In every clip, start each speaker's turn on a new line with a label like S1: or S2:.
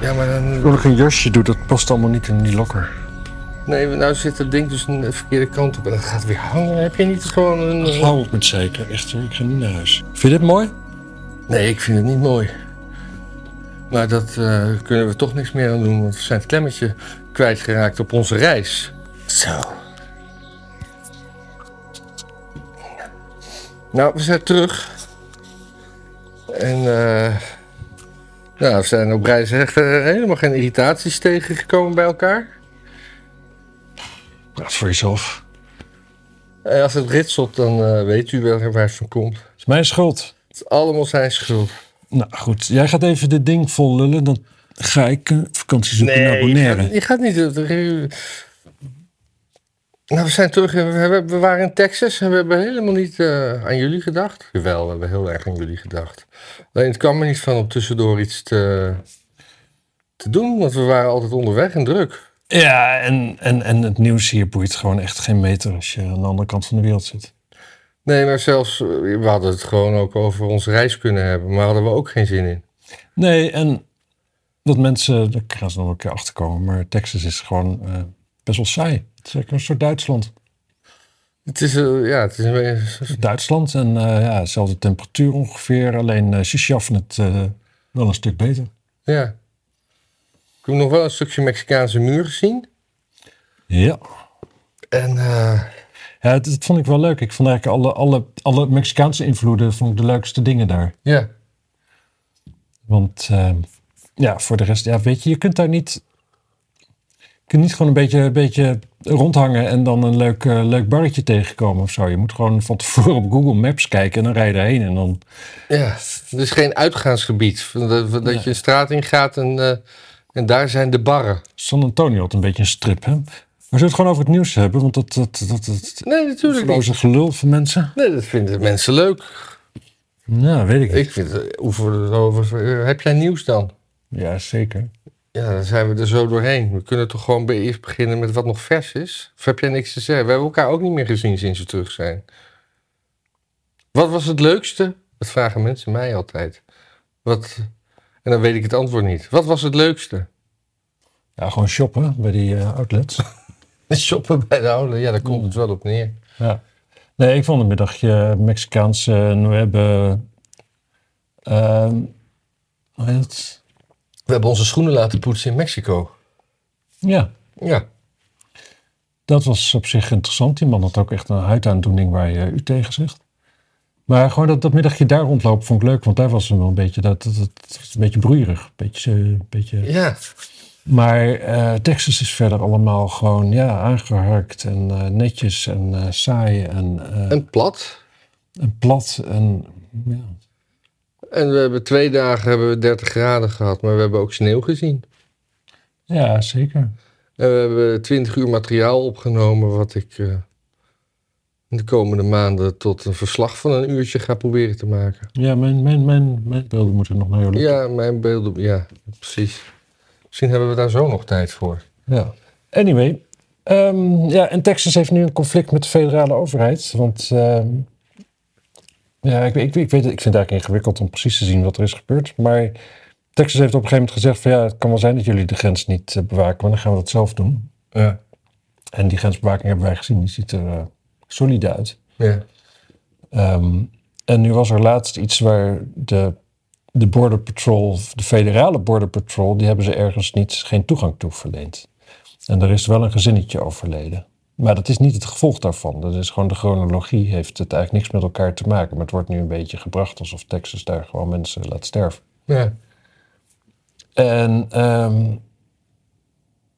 S1: Ja, maar dan...
S2: Toen ik een jasje doe, dat past allemaal niet in die lokker.
S1: Nee, nou zit dat ding dus een verkeerde kant op en dat gaat weer hangen. Heb je niet gewoon een...
S2: Hou op met zeker, echt hoor. Ik ga nu naar huis. Vind je dit mooi?
S1: Nee, ik vind het niet mooi. Maar dat eh, kunnen we toch niks meer aan doen, want we zijn het klemmetje kwijtgeraakt op onze reis. Zo. Nou, we zijn terug. En eh, nou, we zijn op reis echt eh, helemaal geen irritaties tegengekomen bij elkaar.
S2: Praat voor jezelf.
S1: En Eh, als het ritselt, dan eh, weet u wel waar het van komt.
S2: Het is mijn schuld.
S1: Het is allemaal zijn schuld.
S2: Nou goed, jij gaat even dit ding vol lullen. Dan ga ik eh, vakantie zoeken naar
S1: je
S2: Bonaire.
S1: gaat, je gaat niet. Nou, we zijn terug. en We, we- we waren in Texas en we hebben helemaal niet eh, aan jullie gedacht. Jawel, we hebben heel erg aan jullie gedacht. Alleen het kwam er niet van om tussendoor iets te, te doen, want we waren altijd onderweg en druk.
S2: Ja, en, en, en het nieuws hier boeit gewoon echt geen meter als je aan de andere kant van de wereld zit.
S1: Nee, maar zelfs, eh, we hadden het gewoon ook over onze reis kunnen hebben, maar hadden we ook geen zin in.
S2: Nee, en dat mensen, daar gaan ze nog wel een keer achter komen, maar Texas is gewoon eh, best wel saai. Het is eigenlijk een soort Duitsland.
S1: Het is, eh, ja, het is een beetje-
S2: Duitsland en eh, ja, dezelfde temperatuur ongeveer, alleen eh, ze schaffen het eh, wel een stuk beter.
S1: ja. Ik heb nog wel een stukje Mexicaanse muur gezien.
S2: Ja.
S1: En, eh,
S2: Ja, het- dat vond ik wel leuk. Ik vond eigenlijk alle, alle, alle Mexicaanse invloeden vond ik de leukste dingen daar.
S1: ja.
S2: Want ehm, ja, voor de rest, ja, weet je, je kunt daar niet. Je kunt niet gewoon een beetje, een beetje rondhangen en dan een leuk, eh, leuk barretje tegenkomen of zo. Je moet gewoon van tevoren op Google Maps kijken en dan rij je erheen. En dan,
S1: Ja, het is geen uitgaansgebied. Dat, dat
S2: Nee.
S1: je een straat ingaat en, eh, en daar zijn de barren.
S2: San Antonio had een beetje een strip, hè? Maar zullen we het gewoon over het nieuws hebben? Want dat, dat, dat, dat,
S1: Nee, natuurlijk niet.
S2: dat gelul van mensen.
S1: Nee, dat vinden mensen leuk.
S2: Nou, weet ik niet.
S1: Ik vind het... hoe voor- over- eh, Heb jij nieuws dan?
S2: Ja, zeker.
S1: Ja, dan zijn we er zo doorheen. We kunnen toch gewoon be- eerst beginnen met wat nog vers is? Of heb jij niks te zeggen? We hebben elkaar ook niet meer gezien sinds we terug zijn. Wat was het leukste? Dat vragen mensen mij altijd. Wat... En dan weet ik het antwoord niet. Wat was het leukste?
S2: Ja, gewoon shoppen bij die eh, outlets.
S1: Shoppen bij de oude, ja, daar komt het wel op neer.
S2: Ja. Nee, ik vond een middagje Mexicaans. eh, En we hebben. ehm, hoe heet het?
S1: We hebben onze schoenen laten poetsen in Mexico.
S2: Ja,
S1: Ja.
S2: dat was op zich interessant. Die man had ook echt een huidaandoening waar je u tegen zegt. Maar gewoon dat, dat middagje daar rondlopen vond ik leuk. Want daar was hem wel een beetje, dat, dat, dat, dat was een beetje broeierig. Beetje, eh, beetje.
S1: Ja.
S2: Maar eh, Texas is verder allemaal gewoon ja, aangeharkt en eh, netjes en eh, saai en, eh,
S1: En plat.
S2: en plat. En, ja.
S1: En we hebben twee dagen hebben we 30 graden gehad, maar we hebben ook sneeuw gezien.
S2: ja, zeker.
S1: En we hebben 20 uur materiaal opgenomen, wat ik eh, in de komende maanden tot een verslag van een uurtje ga proberen te maken.
S2: Ja, mijn, mijn, mijn, mijn beelden moeten nog naar jou lukken.
S1: Ja, mijn beelden. Ja, precies. Misschien hebben we daar zo nog tijd voor.
S2: Ja. Anyway. ehm, ja, en Texas heeft nu een conflict met de federale overheid. Want ehm, ja, ik, ik, ik, weet, het- ik vind het eigenlijk ingewikkeld om precies te zien wat er is gebeurd. Maar Texas heeft op een gegeven moment gezegd van ja, het kan wel zijn dat jullie de grens niet eh, bewaken, maar dan gaan we dat zelf doen.
S1: Ja.
S2: En die grensbewaking hebben wij gezien, die ziet er eh, solide uit.
S1: Ja.
S2: Ehm, en nu was er laatst iets waar de, de Border Patrol, de federale Border Patrol, die hebben ze ergens niet, geen toegang toe verleend. En er is wel een gezinnetje overleden. Maar dat is niet het gevolg daarvan. Dat is gewoon de chronologie, heeft het eigenlijk niks met elkaar te maken. Maar het wordt nu een beetje gebracht alsof Texas daar gewoon mensen laat sterven.
S1: ja.
S2: En ehm,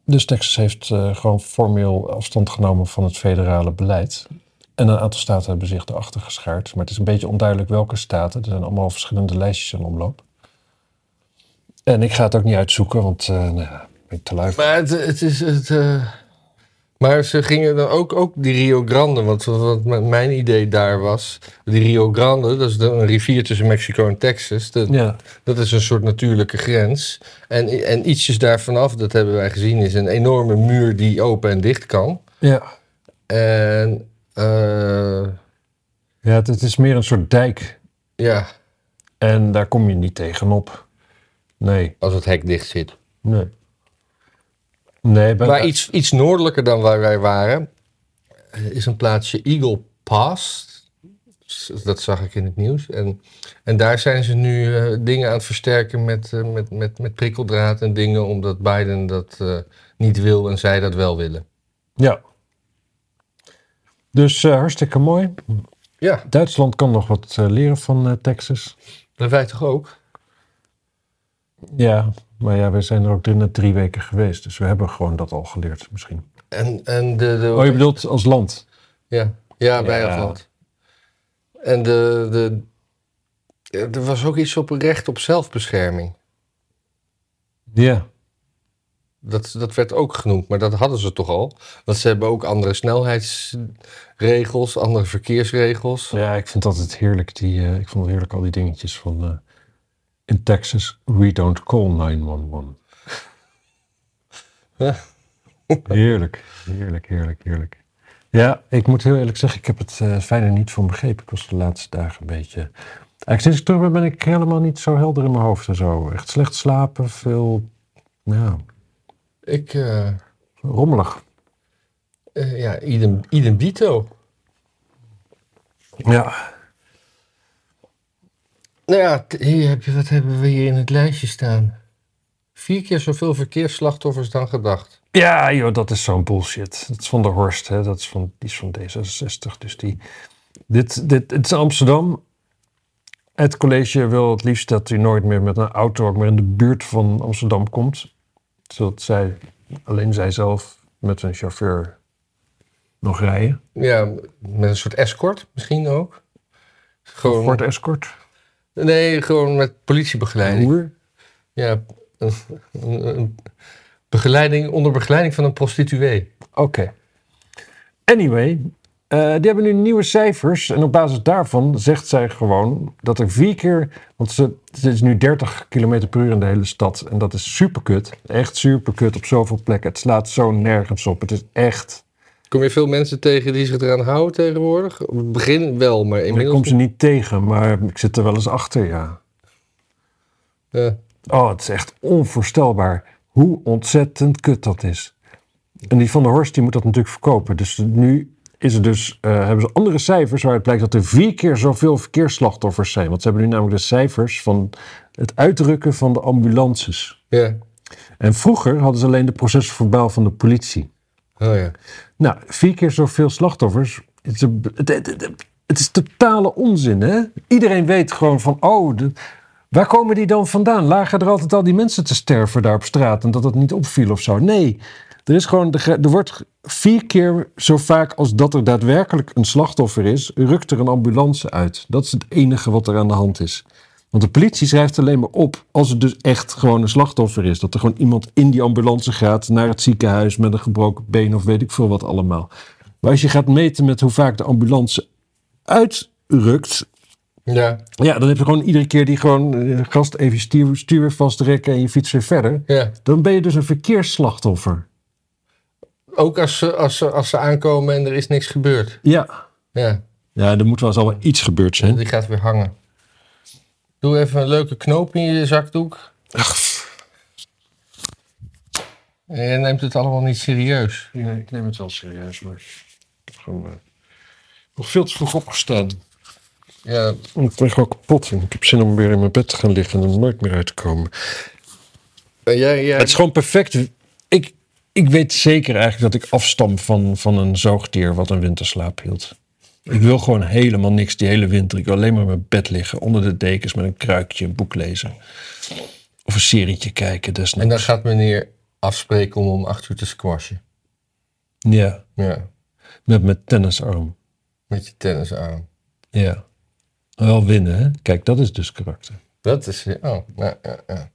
S2: dus Texas heeft eh, gewoon formeel afstand genomen van het federale beleid. En een aantal staten hebben zich erachter geschaard. Maar het is een beetje onduidelijk welke staten. Er zijn allemaal verschillende lijstjes in omloop. En ik ga het ook niet uitzoeken, want eh nou, ja, ik ben te lui. voor.
S1: Maar het, het is het. eh, Maar ze gingen dan ook, ook die Rio Grande, want wat- wat m- mijn idee daar was, die Rio Grande, dat is de, een rivier tussen Mexico en Texas, dat,
S2: Ja,
S1: dat is een soort natuurlijke grens. En, i- en ietsjes daarvan af, dat hebben wij gezien, is een enorme muur die open en dicht kan.
S2: ja.
S1: En eh,
S2: ja het, het is meer een soort dijk.
S1: ja,
S2: En daar kom je niet tegenop. Nee,
S1: als het hek dicht zit.
S2: Nee. Nee, ik ben
S1: Maar iets, iets noordelijker dan waar wij waren eh, is een plaatsje Eagle Pass. S- Dat zag ik in het nieuws. En, en daar zijn ze nu eh, dingen aan het versterken met, eh, met, met, met prikkeldraad en dingen, omdat Biden dat eh, niet wil en zij dat wel willen.
S2: Ja. Dus eh, hartstikke mooi.
S1: Ja,
S2: Duitsland kan nog wat eh, leren van eh, Texas.
S1: dat wij toch ook?
S2: Ja, maar ja, we zijn er ook drie, net drie weken geweest. Dus we hebben gewoon dat al geleerd misschien.
S1: En, en de, de,
S2: Oh, je bedoelt als land?
S1: Ja, ja bij
S2: Ja.
S1: Atlant. En de, de, ja, er was ook iets op recht op zelfbescherming.
S2: Ja.
S1: Dat, dat werd ook genoemd, maar dat hadden ze toch al. Want ze hebben ook andere snelheidsregels, andere verkeersregels.
S2: Ja, ik vind altijd heerlijk. Die, eh, ik vond het heerlijk al die dingetjes van... eh, in Texas, we don't call 911.
S1: Ja.
S2: heerlijk, heerlijk, heerlijk, heerlijk. Ja, ik moet heel eerlijk zeggen, ik heb het eh, verder niet van begrepen. Ik was de laatste dagen een beetje... Eigenlijk sinds ik terug ben, ben ik helemaal niet zo helder in mijn hoofd en zo. Echt slecht slapen, veel... Ja,
S1: Ik, eh,
S2: rommelig.
S1: eh, ja, idem, idem dito.
S2: Ja,
S1: Nou ja, t- hier heb je, wat hebben we hier in het lijstje staan? Vier keer zoveel verkeersslachtoffers dan gedacht.
S2: Ja, joh, dat is zo'n bullshit. Dat is van de Horst, hè? Dat is van, die is van D66. Dus die, dit, dit, het is Amsterdam. Het college wil het liefst dat u nooit meer met een auto ook maar in de buurt van Amsterdam komt. Zodat zij, alleen zij zelf met een chauffeur nog rijden.
S1: Ja, met een soort escort misschien ook. Gewoon,
S2: Ford Escort.
S1: Nee, gewoon met politiebegeleiding.
S2: Roer.
S1: Ja, een, een- een begeleiding onder begeleiding van een prostituee.
S2: Oké. Anyway, eh, die hebben nu nieuwe cijfers. En op basis daarvan zegt zij gewoon dat er vier keer. Want ze, het is nu 30 km per uur in de hele stad. En dat is superkut. Echt superkut op zoveel plekken. Het slaat zo nergens op. Het is echt.
S1: Kom je veel mensen tegen die zich eraan houden tegenwoordig? Op het begin wel, maar
S2: Ik
S1: inmiddels...
S2: kom ze niet tegen, maar ik zit er wel eens achter, ja.
S1: Ja.
S2: Oh, het is echt onvoorstelbaar hoe ontzettend kut dat is. En die van der Horst die moet dat natuurlijk verkopen. Dus nu is er dus, eh, hebben ze andere cijfers waaruit blijkt dat er vier keer zoveel verkeersslachtoffers zijn. Want ze hebben nu namelijk de cijfers van het uitrukken van de ambulances.
S1: ja.
S2: En vroeger hadden ze alleen de procesverbaal van de politie.
S1: Oh ja.
S2: Nou, vier keer zoveel slachtoffers. Het is, een- het- het- het- het is totale onzin, hè? Iedereen weet gewoon van, oh, de- waar komen die dan vandaan? Lagen er altijd al die mensen te sterven daar op straat en dat dat niet opviel of zo? Nee, er, is gewoon, de gre- er wordt vier keer zo vaak als dat er daadwerkelijk een slachtoffer is, rukt er een ambulance uit. Dat is het enige wat er aan de hand is. Want de politie schrijft alleen maar op als het dus echt gewoon een slachtoffer is. Dat er gewoon iemand in die ambulance gaat naar het ziekenhuis met een gebroken been of weet ik veel wat allemaal. Maar als je gaat meten met hoe vaak de ambulance uitrukt,
S1: Ja,
S2: ja, dan heb je gewoon iedere keer die gewoon eh, gast even stuur, stuur weer vastrekken en je fiets weer verder.
S1: ja.
S2: Dan ben je dus een verkeersslachtoffer.
S1: Ook als ze, als, ze, als ze aankomen en er is niks gebeurd.
S2: Ja.
S1: Ja,
S2: Ja, er moet wel eens al wel iets gebeurd zijn.
S1: die gaat weer hangen. Doe even een leuke knoop in je zakdoek. En je neemt het allemaal niet serieus.
S2: Nee, ik neem het wel serieus, maar gewoon eh, nog veel te vroeg opgestaan.
S1: Ja,
S2: Ik ben gewoon kapot. en Ik heb zin om weer in mijn bed te gaan liggen en er nooit meer uit te komen.
S1: en jij, jij,
S2: Het is gewoon perfect. Ik, ik weet zeker eigenlijk dat ik afstam van, van een zoogdier wat een winterslaap hield. Ik wil gewoon helemaal niks die hele winter. Ik wil alleen maar in mijn bed liggen, onder de dekens met een kruikje, een boek lezen. Of een serietje kijken
S1: en dan
S2: desnoods.
S1: gaat meneer afspreken om om acht uur te squashen.
S2: Ja,
S1: Ja,
S2: met mijn tennisarm.
S1: met je tennis aan.
S2: Ja. Wel winnen, hè? Kijk, dat is dus karakter.
S1: Dat is. Oh, ja, ja, ja.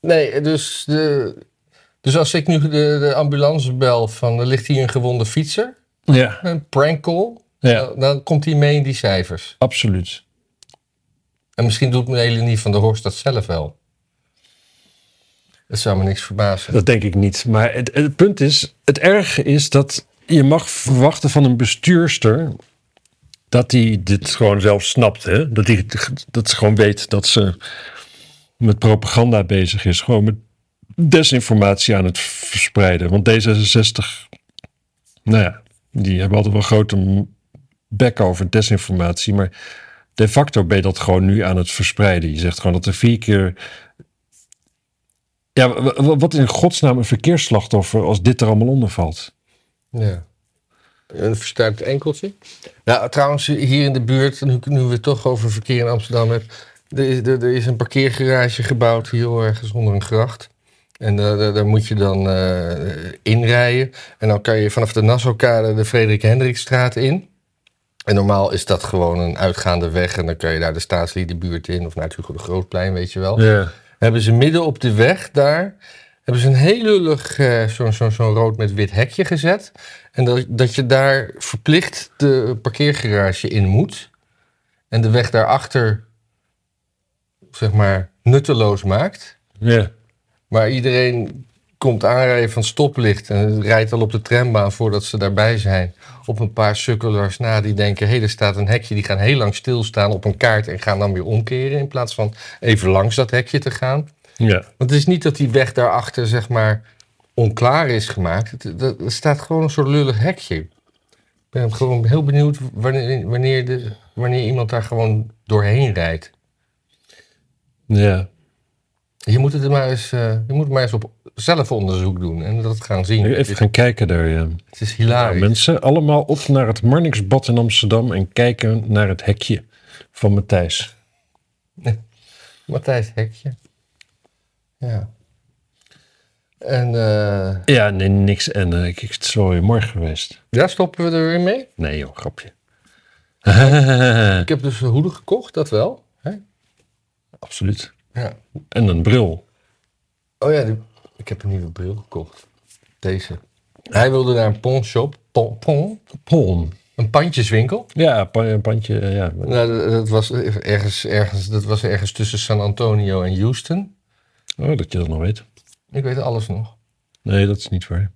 S1: Nee, dus, de, dus als ik nu de, de ambulance bel van er ligt hier een gewonde fietser,
S2: Ja,
S1: een prank call,
S2: Ja.
S1: dan, dan komt hij mee in die cijfers.
S2: absoluut.
S1: En misschien doet meneer niet van der Horst dat zelf wel. Dat zou me niks verbazen.
S2: Dat denk ik niet. Maar het, het punt is, het erge is dat je mag verwachten van een bestuurster dat hij dit gewoon zelf snapt. Hè? Dat hij dat ze gewoon weet dat ze met propaganda bezig is. Gewoon met desinformatie aan het verspreiden. Want D66, nou ja, die hebben altijd wel grote m- bek over desinformatie. Maar de facto ben je dat gewoon nu aan het verspreiden. Je zegt gewoon dat er vier keer. Ja, w- w- wat in godsnaam een verkeersslachtoffer als dit er allemaal onder valt?
S1: Ja. Een verstuikt enkeltje. Nou, trouwens, hier in de buurt, nu, nu we het toch over verkeer in Amsterdam hebben. Er is, er, er is een parkeergarage gebouwd hier ergens onder een gracht. En eh, daar, daar moet je dan eh, inrijden. En dan kan je vanaf de Nassaukade de Frederik Hendrikstraat in. En normaal is dat gewoon een uitgaande weg. En dan kan je daar de staatsliedenbuurt in of naar het Hugo de Grootplein, weet je wel
S2: Ja.
S1: hebben ze midden op de weg daar hebben ze een heel lullig eh, zo- zo- zo'n rood met wit hekje gezet. En dat, dat je daar verplicht de parkeergarage in moet. En de weg daarachter, zeg maar, nutteloos maakt.
S2: ja.
S1: Maar iedereen komt aanrijden van stoplicht en rijdt al op de trambaan voordat ze daarbij zijn. Op een paar sukkelers na die denken, hé, er staat een hekje. Die gaan heel lang stilstaan op een kaart en gaan dan weer omkeren. In plaats van even langs dat hekje te gaan.
S2: Ja.
S1: Want het is niet dat die weg daarachter, zeg maar, onklaar is gemaakt. Het, dat, er staat gewoon een soort lullig hekje. Ik ben gewoon heel benieuwd wanneer, wanneer, de, wanneer iemand daar gewoon doorheen rijdt.
S2: ja.
S1: Je moet het er maar eens, eh, je moet maar eens op zelf onderzoek doen en dat gaan zien. Het
S2: Even
S1: is,
S2: gaan kijken daar. Ja.
S1: het is
S2: Nou,
S1: hilarisch.
S2: mensen, allemaal op naar het Marnixbad in Amsterdam en kijken naar het hekje van Matthijs.
S1: Matthijs Hekje. Ja. En eh,
S2: Ja, nee, niks. En eh, ik, ik- het is wel weer morgen geweest.
S1: daar stoppen we er weer mee.
S2: Nee joh, grapje.
S1: Ik heb dus hoeden gekocht, dat wel. Hè?
S2: Absoluut.
S1: Ja.
S2: En een bril.
S1: Oh ja, die- ik heb een nieuwe bril gekocht. Deze. Hij wilde naar een pawnshop. Pon, pon,
S2: Polm.
S1: een pandjeswinkel.
S2: Ja, pa- een pandje. eh, ja.
S1: Nou, dat, dat was ergens, ergens, dat was ergens tussen San Antonio en Houston.
S2: Oh, dat je dat nog weet.
S1: Ik weet alles nog. Oh,
S2: Nee, dat is niet waar.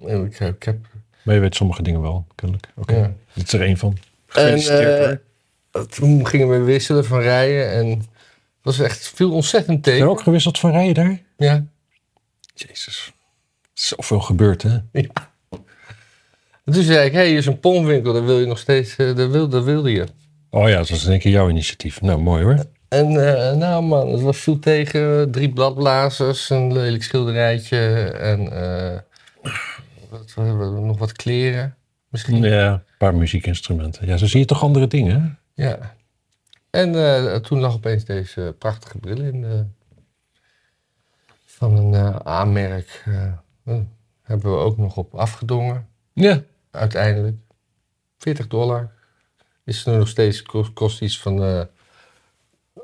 S1: Ik, ik heb
S2: Maar je weet sommige dingen wel, kennelijk. Oké.
S1: Ja.
S2: Dit is er één van.
S1: En
S2: Gefeliciteerd, hoor.
S1: eh, toen gingen we wisselen van rijden en het was echt veel ontzettend
S2: Heb je
S1: tegen.
S2: ook gewisseld van rijden daar?
S1: Ja.
S2: Jezus. Zoveel gebeurd, hè?
S1: En toen zei ik, hé, hey, hier is een ponwinkel, daar wil je nog steeds, eh, daar, wil, daar wilde je.
S2: Oh ja, dat was in één keer jouw initiatief. Nou, mooi hoor.
S1: En eh, nou man, het was veel tegen, drie bladblazers, een lelijk schilderijtje en eh, wat, wat hebben we, nog wat kleren misschien.
S2: Ja, een paar muziekinstrumenten. Ja, zo zie je toch andere dingen, hè?
S1: Ja. En eh, toen lag opeens deze prachtige bril in. eh, van een eh A-merk. eh, eh, hebben we ook nog op afgedongen.
S2: Ja.
S1: Uiteindelijk. 40 dollar. Is er nog steeds kost, kost iets van. eh,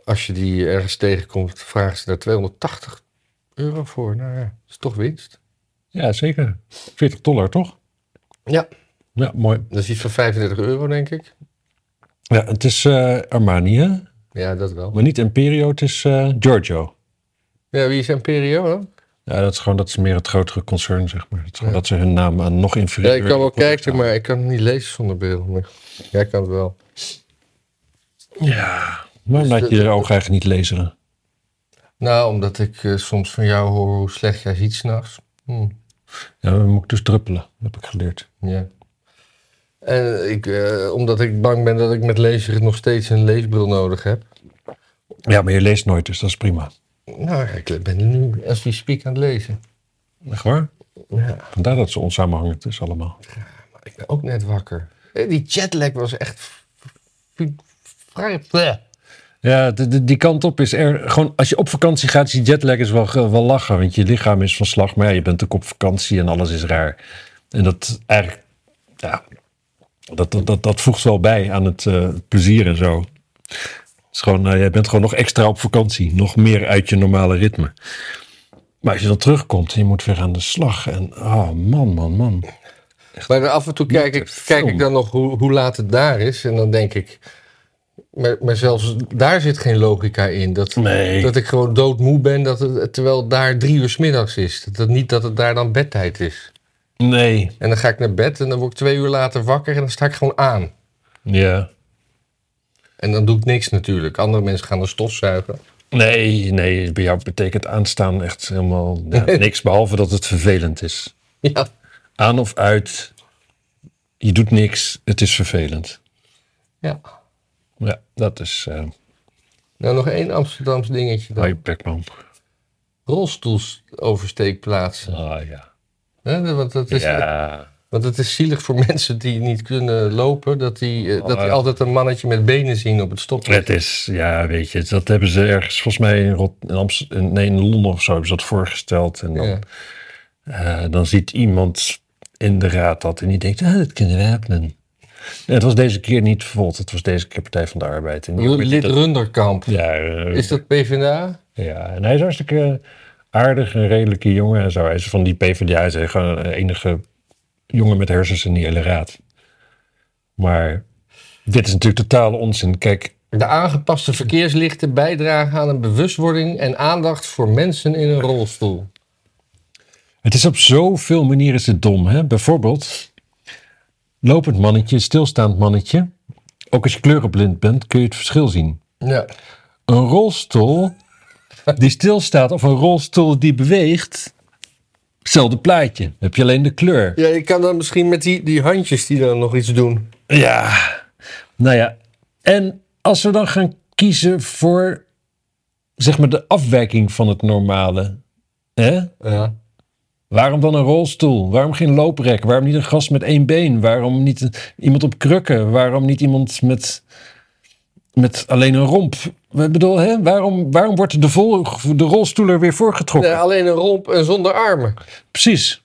S1: als je die ergens tegenkomt, vragen ze daar 280 euro voor. Nou ja, is toch winst.
S2: Ja, zeker. 40 dollar, toch?
S1: Ja.
S2: Ja, mooi.
S1: Dat is iets van 35 euro, denk ik.
S2: Ja, het is eh, Armani, hè?
S1: Ja, dat wel.
S2: Maar niet Imperio, het is eh, Giorgio.
S1: Ja, wie is Imperio dan?
S2: Ja, dat is gewoon, dat is meer het grotere concern, zeg maar. Het is gewoon
S1: Ja.
S2: dat ze hun naam aan nog
S1: Ja,
S2: inferieur...
S1: ik kan wel kijken, maar ik kan het niet lezen zonder bril. Maar Jij kan het wel.
S2: Ja, maar laat
S1: Dus dat-
S2: je je oog eigenlijk niet lezen.
S1: Nou, omdat ik eh, soms van jou hoor hoe slecht jij ziet s'nachts. Hm,
S2: Ja, dan moet ik dus druppelen. Dat heb ik geleerd.
S1: ja. En ik, eh, omdat ik bang ben dat ik met lezen nog steeds een leesbril nodig heb.
S2: Ja, maar je leest nooit, dus dat is prima.
S1: Nou, ik ben nu als we speak aan het lezen.
S2: Echt waar?
S1: Ja,
S2: Vandaar dat ze onsamenhangend is allemaal.
S1: maar ik ben ook net wakker. Eh, Die jetlag was echt v- v- vrij... bleh.
S2: Ja, de- de- die kant op is er. Gewoon, als je op vakantie gaat, is die jetlag is wel, ge- wel lachen. Want je lichaam is van slag. Maar ja, je bent ook op vakantie en alles is raar. En dat eigenlijk, ja, dat, dat, dat, dat voegt wel bij aan het eh, plezier en zo. Het is gewoon, eh, jij bent gewoon nog extra op vakantie. Nog meer uit je normale ritme. Maar als je dan terugkomt en je moet weer aan de slag. En oh man, man, man.
S1: Maar af en toe kijk ik, kijk ik
S2: film.
S1: dan nog hoe, hoe laat het daar is. En dan denk ik. Maar, maar zelfs daar zit geen logica in. Dat,
S2: Nee.
S1: dat ik gewoon doodmoe ben dat het, terwijl het daar drie uur 's middags is. Dat, dat niet dat het daar dan bedtijd is.
S2: Nee.
S1: En dan ga ik naar bed en dan word ik twee uur later wakker en dan sta ik gewoon aan.
S2: Ja.
S1: En dan doe ik niks natuurlijk. Andere mensen gaan er stofzuigen.
S2: Nee, nee, bij jou betekent aanstaan echt helemaal ja, niks, behalve dat het vervelend is.
S1: Ja.
S2: Aan of uit, je doet niks, het is vervelend.
S1: ja.
S2: Ja, dat is eh
S1: Nou, nog één Amsterdams dingetje dan.
S2: Harry Plekman.
S1: Rolstoelsoversteekplaatsen.
S2: Ah ja.
S1: Hè, want, dat is,
S2: Ja,
S1: want het is zielig voor mensen die niet kunnen lopen, dat die, eh, dat
S2: Oh,
S1: die
S2: ja.
S1: altijd een mannetje met benen zien op het stoplicht.
S2: het is, ja, weet je, dat hebben ze ergens, volgens mij in, Rot, in, Amst- in- nee, in Londen of zo, hebben ze dat voorgesteld. En dan,
S1: Ja.
S2: eh, dan ziet iemand in de raad dat en die denkt, ah, dat kunnen we hebben. Nee, het was deze keer niet Volt, het was deze keer Partij van de Arbeid. En die-
S1: Ru- Lid Runderkamp.
S2: ja, eh,
S1: Is dat PvdA?
S2: Ja, en hij is hartstikke aardig, een redelijke jongen en zo. Hij is van die PvdA, is hij gewoon een enige jongen met hersens in die hele raad. Maar dit is natuurlijk totale onzin. Kijk,
S1: De aangepaste verkeerslichten bijdragen aan een bewustwording en aandacht voor mensen in een rolstoel.
S2: het is op zoveel manieren is het dom. Hè? Bijvoorbeeld, lopend mannetje, stilstaand mannetje. Ook als je kleurenblind bent, kun je het verschil zien.
S1: Ja.
S2: Een rolstoel die stilstaat of een rolstoel die beweegt, hetzelfde plaatje. Heb je alleen de kleur.
S1: ja, ik kan dan misschien met die, die handjes die dan nog iets doen.
S2: Ja, nou ja. En als we dan gaan kiezen voor, zeg maar, de afwijking van het normale. Hè?
S1: Ja.
S2: Waarom dan een rolstoel? Waarom geen looprek? Waarom niet een gast met één been? Waarom niet een- iemand op krukken? Waarom niet iemand met, met alleen een romp? Ik bedoel, hè? Waarom, waarom wordt de, vol, de rolstoeler weer voorgetrokken?
S1: Nee, alleen een romp en zonder armen.
S2: Precies.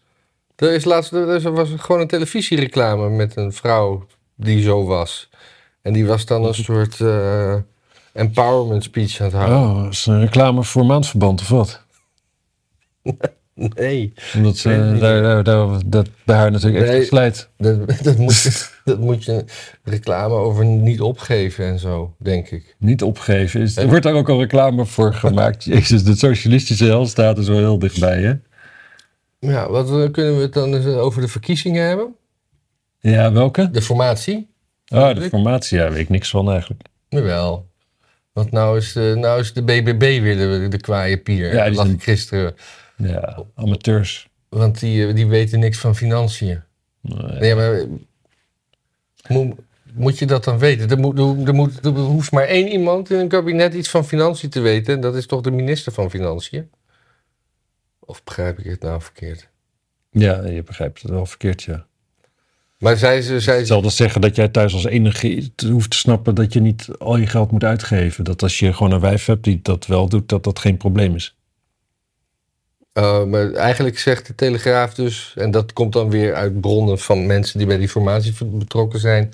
S1: Er, is laatst, er was gewoon een televisiereclame met een vrouw die zo was. En die was dan een soort eh, empowerment speech aan het houden.
S2: Oh, dat is een reclame voor maandverband of wat?
S1: Nee,
S2: Omdat ze,
S1: Ik weet het niet.
S2: daar, daar, daar- dat bij haar natuurlijk echt
S1: Nee.
S2: geslijt.
S1: dat, dat, moet je, dat moet je reclame over niet opgeven en zo, denk ik.
S2: niet opgeven is. Er wordt daar ook al reclame voor gemaakt. Eh. Jezus, de socialistische hel staat er zo heel dichtbij, hè?
S1: Ja, wat eh, kunnen we het dan eens over de verkiezingen hebben?
S2: Ja, welke?
S1: De formatie?
S2: Ah, Oh, de formatie, ja, weet ik niks van eigenlijk.
S1: Jawel. Want nou is, de, nou is de BBB willen we de kwaaie pier.
S2: Ja,
S1: Ja,
S2: die
S1: dat
S2: is
S1: lag
S2: een-
S1: ik gisteren.
S2: Ja, amateurs.
S1: Want die, eh, die weten niks van financiën.
S2: Nee.
S1: Nee, maar eh, moet, moet je dat dan weten? Er, moet, er, moet, er hoeft maar één iemand in een kabinet iets van financiën te weten. En dat is toch de minister van Financiën? Of begrijp ik het nou verkeerd?
S2: Ja, je begrijpt het wel verkeerd, ja.
S1: Maar zij, ze- zij,
S2: Het zal dat zeggen dat jij thuis als enige te- hoeft te snappen dat je niet al je geld moet uitgeven. Dat als je gewoon een wijf hebt die dat wel doet, dat dat geen probleem is.
S1: Eh, maar eigenlijk zegt de Telegraaf dus, en dat komt dan weer uit bronnen van mensen die bij die formatie v- betrokken zijn,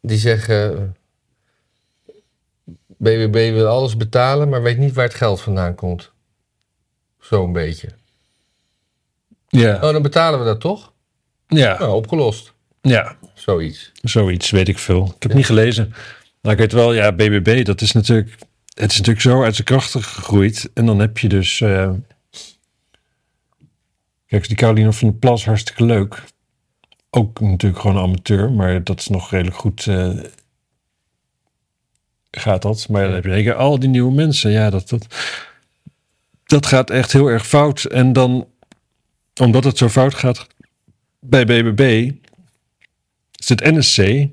S1: die zeggen: BBB wil alles betalen, maar weet niet waar het geld vandaan komt. Zo'n beetje.
S2: Ja,
S1: Oh, dan betalen we dat toch?
S2: ja,
S1: Nou, opgelost.
S2: ja.
S1: Zoiets.
S2: Zoiets, weet ik veel. Ik heb het niet gelezen. Maar ik weet wel, ja, BBB, dat is natuurlijk... Het is natuurlijk zo uit zijn krachten gegroeid. En dan heb je dus... eh, Kijk, die Caroline van der Plas, hartstikke leuk. Ook natuurlijk gewoon een amateur, maar dat is nog redelijk goed... eh, gaat dat. Maar dan heb je zeker al die nieuwe mensen. Ja, dat, dat, dat gaat echt heel erg fout. En dan, omdat het zo fout gaat bij BBB zit NSC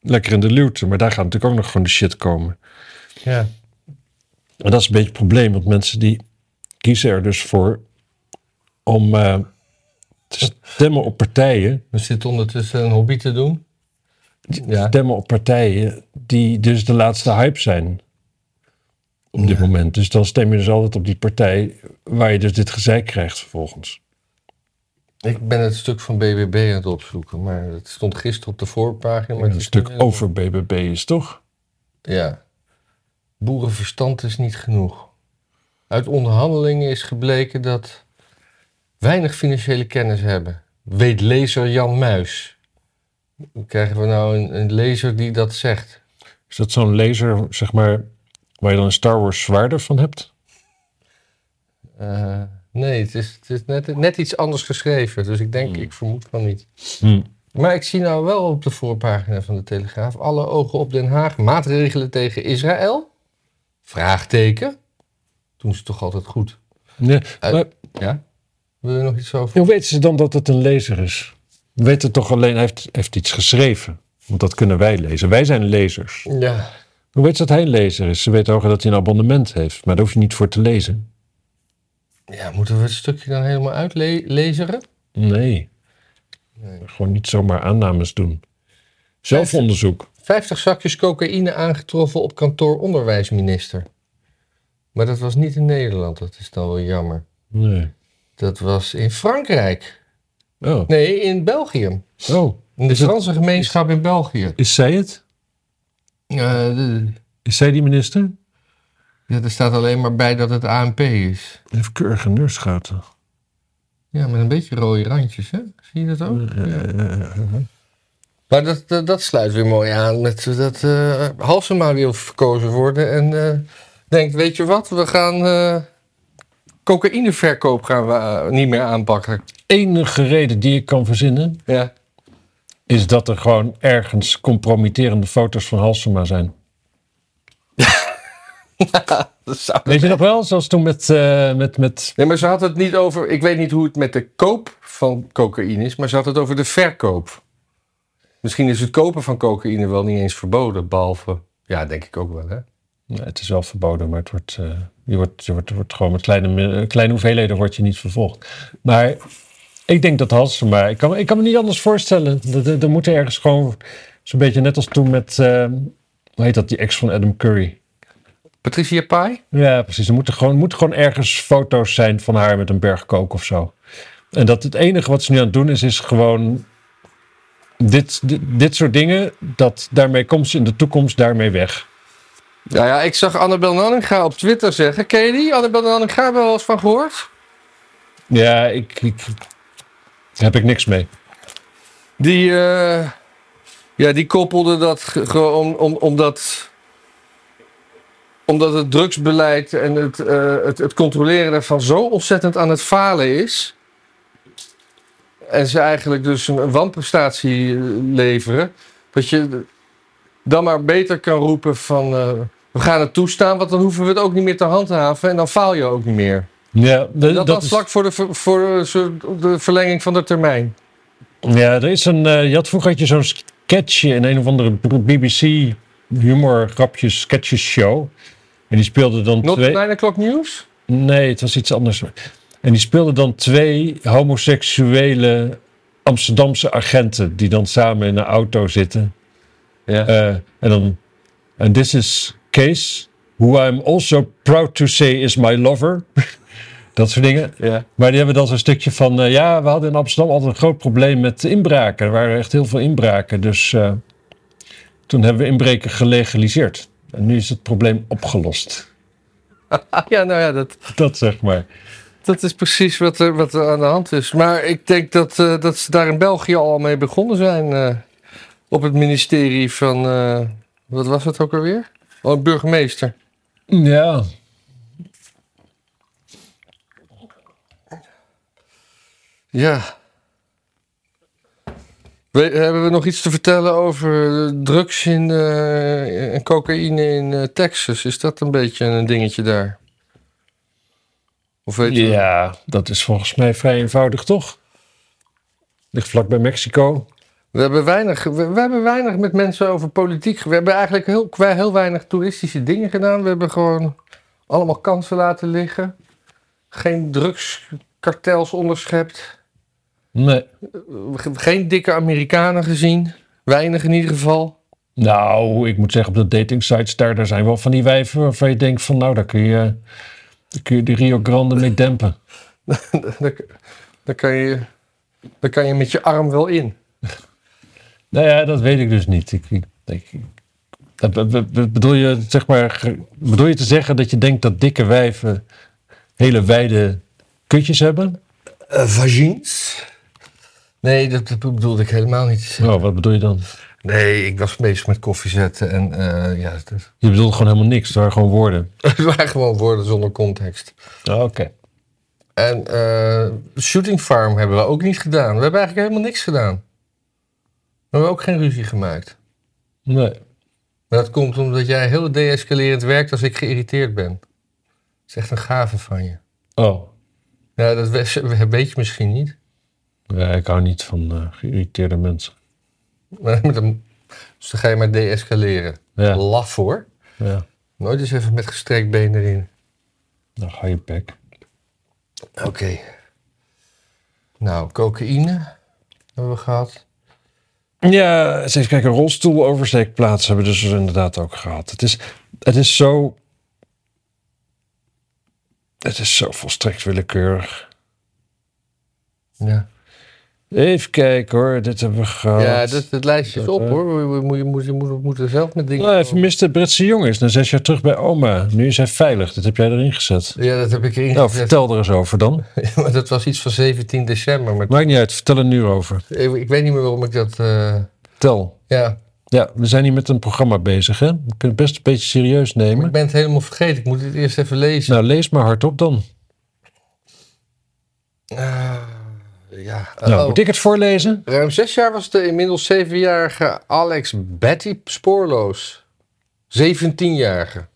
S2: lekker in de luwte, maar daar gaat natuurlijk ook nog gewoon de shit komen.
S1: Ja.
S2: En dat is een beetje het probleem, want mensen die kiezen er dus voor om eh, te stemmen op partijen,
S1: We zitten ondertussen een hobby te doen. Ja.
S2: stemmen op partijen die dus de laatste hype zijn op dit moment. Dus dan stem je dus altijd op die partij waar je dus dit gezeik krijgt vervolgens.
S1: Ik ben het stuk van BBB aan het opzoeken, maar het stond gisteren op de voorpagina. Maar het
S2: Een
S1: is
S2: stuk
S1: niet meer-
S2: over BBB is toch?
S1: Ja. Boerenverstand is niet genoeg. Uit onderhandelingen is gebleken dat weinig financiële kennis hebben. Weet lezer Jan Muis. Krijgen we nou een, een lezer die dat zegt?
S2: Is dat zo'n laser, zeg maar, waar je dan een Star Wars zwaarder van hebt?
S1: Eh, nee, het is, het is net, net iets anders geschreven. Dus ik denk, ik vermoed van niet.
S2: Hmm.
S1: Maar ik zie nou wel op de voorpagina van de Telegraaf... alle ogen op Den Haag, maatregelen tegen Israël? Vraagteken. doen ze toch altijd goed.
S2: Nee, maar
S1: Ja? Wil je nog iets over?
S2: hoe weten ze dan dat het een lezer is? We weten toch alleen, hij heeft, heeft iets geschreven. Want dat kunnen wij lezen. Wij zijn lezers.
S1: Ja.
S2: Hoe weet ze dat hij een lezer is? Ze weten ook dat hij een abonnement heeft. Maar daar hoef je niet voor te lezen.
S1: Ja, moeten we het stukje dan helemaal uitlezeren?
S2: Nee. Gewoon niet zomaar aannames doen. Zelfonderzoek.
S1: 50 zakjes cocaïne aangetroffen op kantoor onderwijsminister. Maar dat was niet in Nederland, dat is dan wel jammer.
S2: Nee.
S1: Dat was in Frankrijk.
S2: Oh.
S1: Nee, in België.
S2: oh.
S1: In de
S2: Is het-
S1: Franse gemeenschap in België.
S2: Is zij het?
S1: Eh, de-
S2: Is zij die minister?
S1: ja, er staat alleen maar bij dat het ANP is.
S2: Hij heeft keurige neusgaten.
S1: Ja, met een beetje rode randjes, hè? Zie je dat ook?
S2: Eh, eh, eh, eh.
S1: Maar dat, dat, dat sluit weer mooi aan met dat eh Halsema wil verkozen worden. En eh, denkt, weet je wat, we gaan eh, cocaïneverkoop gaan we eh, niet meer aanpakken.
S2: Enige reden die ik kan verzinnen
S1: Ja.
S2: is dat er gewoon ergens compromitterende foto's van Halsema zijn.
S1: Dat zou...
S2: Weet je nog wel? Zoals toen met, eh, met, met...
S1: Nee, maar ze had het niet over, ik weet niet hoe het met de koop van cocaïne is, maar ze had het over de verkoop. Misschien is het kopen van cocaïne wel niet eens verboden, behalve, ja, denk ik ook wel, hè?
S2: Nee, het is wel verboden, maar het wordt, eh, je wordt, je wordt, wordt gewoon met kleine, mi- eh, kleine hoeveelheden word je niet vervolgd. Maar ik denk dat Halsema... Ik kan, ik kan me niet anders voorstellen. Er- Er er moet ergens gewoon zo'n beetje net als toen met... eh, hoe heet dat? Die ex van Adam Curry.
S1: Patricia Pai?
S2: Ja, precies. Er moeten gewoon, moeten gewoon ergens foto's zijn van haar met een berg kook of zo. En dat het enige wat ze nu aan het doen is, is gewoon dit, dit, dit soort dingen. Dat, daarmee komt ze in de toekomst daarmee weg.
S1: Nou ja, ik zag Annabel Nanninga op Twitter zeggen, ken je die? Annabel Nanninga, heb je wel eens van gehoord?
S2: Ja, ik, ik daar heb ik niks mee.
S1: Die, eh, ja, die koppelde dat ge- gewoon om, om, omdat, omdat het drugsbeleid en het, eh, het, het controleren daarvan zo ontzettend aan het falen is. En ze eigenlijk dus een, een wanprestatie eh, leveren. Dat je dan maar beter kan roepen van eh, we gaan het toestaan, want dan hoeven we het ook niet meer te handhaven en dan faal je ook niet meer.
S2: Ja, de-
S1: Dat, dat,
S2: is-
S1: vlak voor de, ver- voor de soort- de verlenging van de termijn.
S2: Ja, er is een. eh, je had vroeger had je zo'n sketchje in een of andere BBC humor grapjes sketches show. En die speelde dan
S1: Not
S2: twee.
S1: 9 o'clock news?
S2: Nee, het was iets anders. En die speelden dan twee homoseksuele Amsterdamse agenten. die dan samen in een auto zitten.
S1: Ja.
S2: Eh, en dan. And this is Kees, who I'm also proud to say is my lover. Dat soort dingen.
S1: Ja.
S2: Maar die hebben dan zo'n stukje van. eh, ja, we hadden in Amsterdam altijd een groot probleem met inbraken. Er waren echt heel veel inbraken. Dus eh, toen hebben we inbreken gelegaliseerd. En nu is het probleem opgelost.
S1: Ah, ja, nou ja, dat,
S2: Dat zeg maar.
S1: dat is precies wat er, wat er aan de hand is. Maar ik denk dat, eh, dat ze daar in België al mee begonnen zijn. eh, op het ministerie van, eh, wat was het ook alweer? Oh, burgemeester.
S2: Ja.
S1: Ja. We- hebben we nog iets te vertellen over eh, drugs in, eh, en cocaïne in eh, Texas? Is dat een beetje een dingetje daar? Of weet je
S2: Ja, dat is volgens mij vrij eenvoudig, toch? Ligt vlak bij Mexico.
S1: We hebben, weinig, we, we hebben weinig met mensen over politiek. ge- We hebben eigenlijk heel, kwa- heel weinig toeristische dingen gedaan. We hebben gewoon allemaal kansen laten liggen. Geen drugskartels onderschept.
S2: Nee.
S1: We- ge- Geen dikke Amerikanen gezien. Weinig in ieder geval.
S2: Nou, ik moet zeggen, op de datingsites daar, daar zijn wel van die wijven waarvan je denkt van, nou, daar kun je, daar kun je de Rio Grande mee dempen.
S1: daar, daar, kan je, daar kan je met je arm wel in.
S2: Nou ja, dat weet ik dus niet. Ik, ik, ik- dat be- be- be- bedoel, je, zeg maar, ge- bedoel je te zeggen dat je denkt dat dikke wijven hele wijde kutjes hebben?
S1: Eh, vagins? Nee, dat, dat bedoelde ik helemaal niet.
S2: Oh, wat bedoel je dan?
S1: Nee, ik was bezig met koffie zetten. En eh, ja, het
S2: Je bedoelt gewoon helemaal niks, het waren gewoon woorden.
S1: het waren gewoon woorden zonder context.
S2: Oh, Oké.
S1: En eh, Shooting Farm hebben we ook niet gedaan. We hebben eigenlijk helemaal niks gedaan. We hebben ook geen ruzie gemaakt.
S2: Nee.
S1: Maar dat komt omdat jij heel deescalerend werkt als ik geïrriteerd ben. is echt een gave van je.
S2: Oh,
S1: Ja, dat we- weet je misschien niet.
S2: ja, ik hou niet van eh, geïrriteerde mensen.
S1: Maar dan, dus dan ga je maar deescaleren.
S2: Ja.
S1: Laf hoor.
S2: Ja.
S1: Nooit eens even met gestrekt been erin.
S2: Dan ga je bek.
S1: Oké. Nou, cocaïne hebben we gehad.
S2: Ja, eens even kijken. Rolstoeloversteekplaats hebben we dus inderdaad ook gehad. Het is, het is zo... Het is zo volstrekt willekeurig.
S1: Ja,
S2: Even kijken hoor, dit hebben we gehad.
S1: ja Oh, dat, het lijstje is
S2: dat,
S1: op
S2: eh,
S1: hoor. We, we, moet- je moet, je moet, we moeten zelf met dingen...
S2: Nou, hij vermiste Britse jongen is na zes jaar terug bij oma. Nu is hij veilig. Dit heb jij erin gezet.
S1: Ja, dat heb ik erin
S2: Nou,
S1: gezet.
S2: vertel er eens over dan.
S1: Maar dat was iets van 17 december. Maar
S2: Maakt niet uit, vertel er nu over.
S1: ik, ik weet niet meer waarom ik dat... eh,
S2: Tel.
S1: ja,
S2: Ja, we zijn hier met een programma bezig, hè? We kunnen het best een beetje serieus
S1: maar ik
S2: nemen.
S1: ben het helemaal vergeten. Ik moet het eerst even lezen.
S2: Nou, lees maar hardop dan.
S1: Ah, ja.
S2: Nou,
S1: Oh.
S2: moet ik het voorlezen?
S1: Ruim zes jaar was de inmiddels zevenjarige Alex Betty spoorloos. 17-jarige.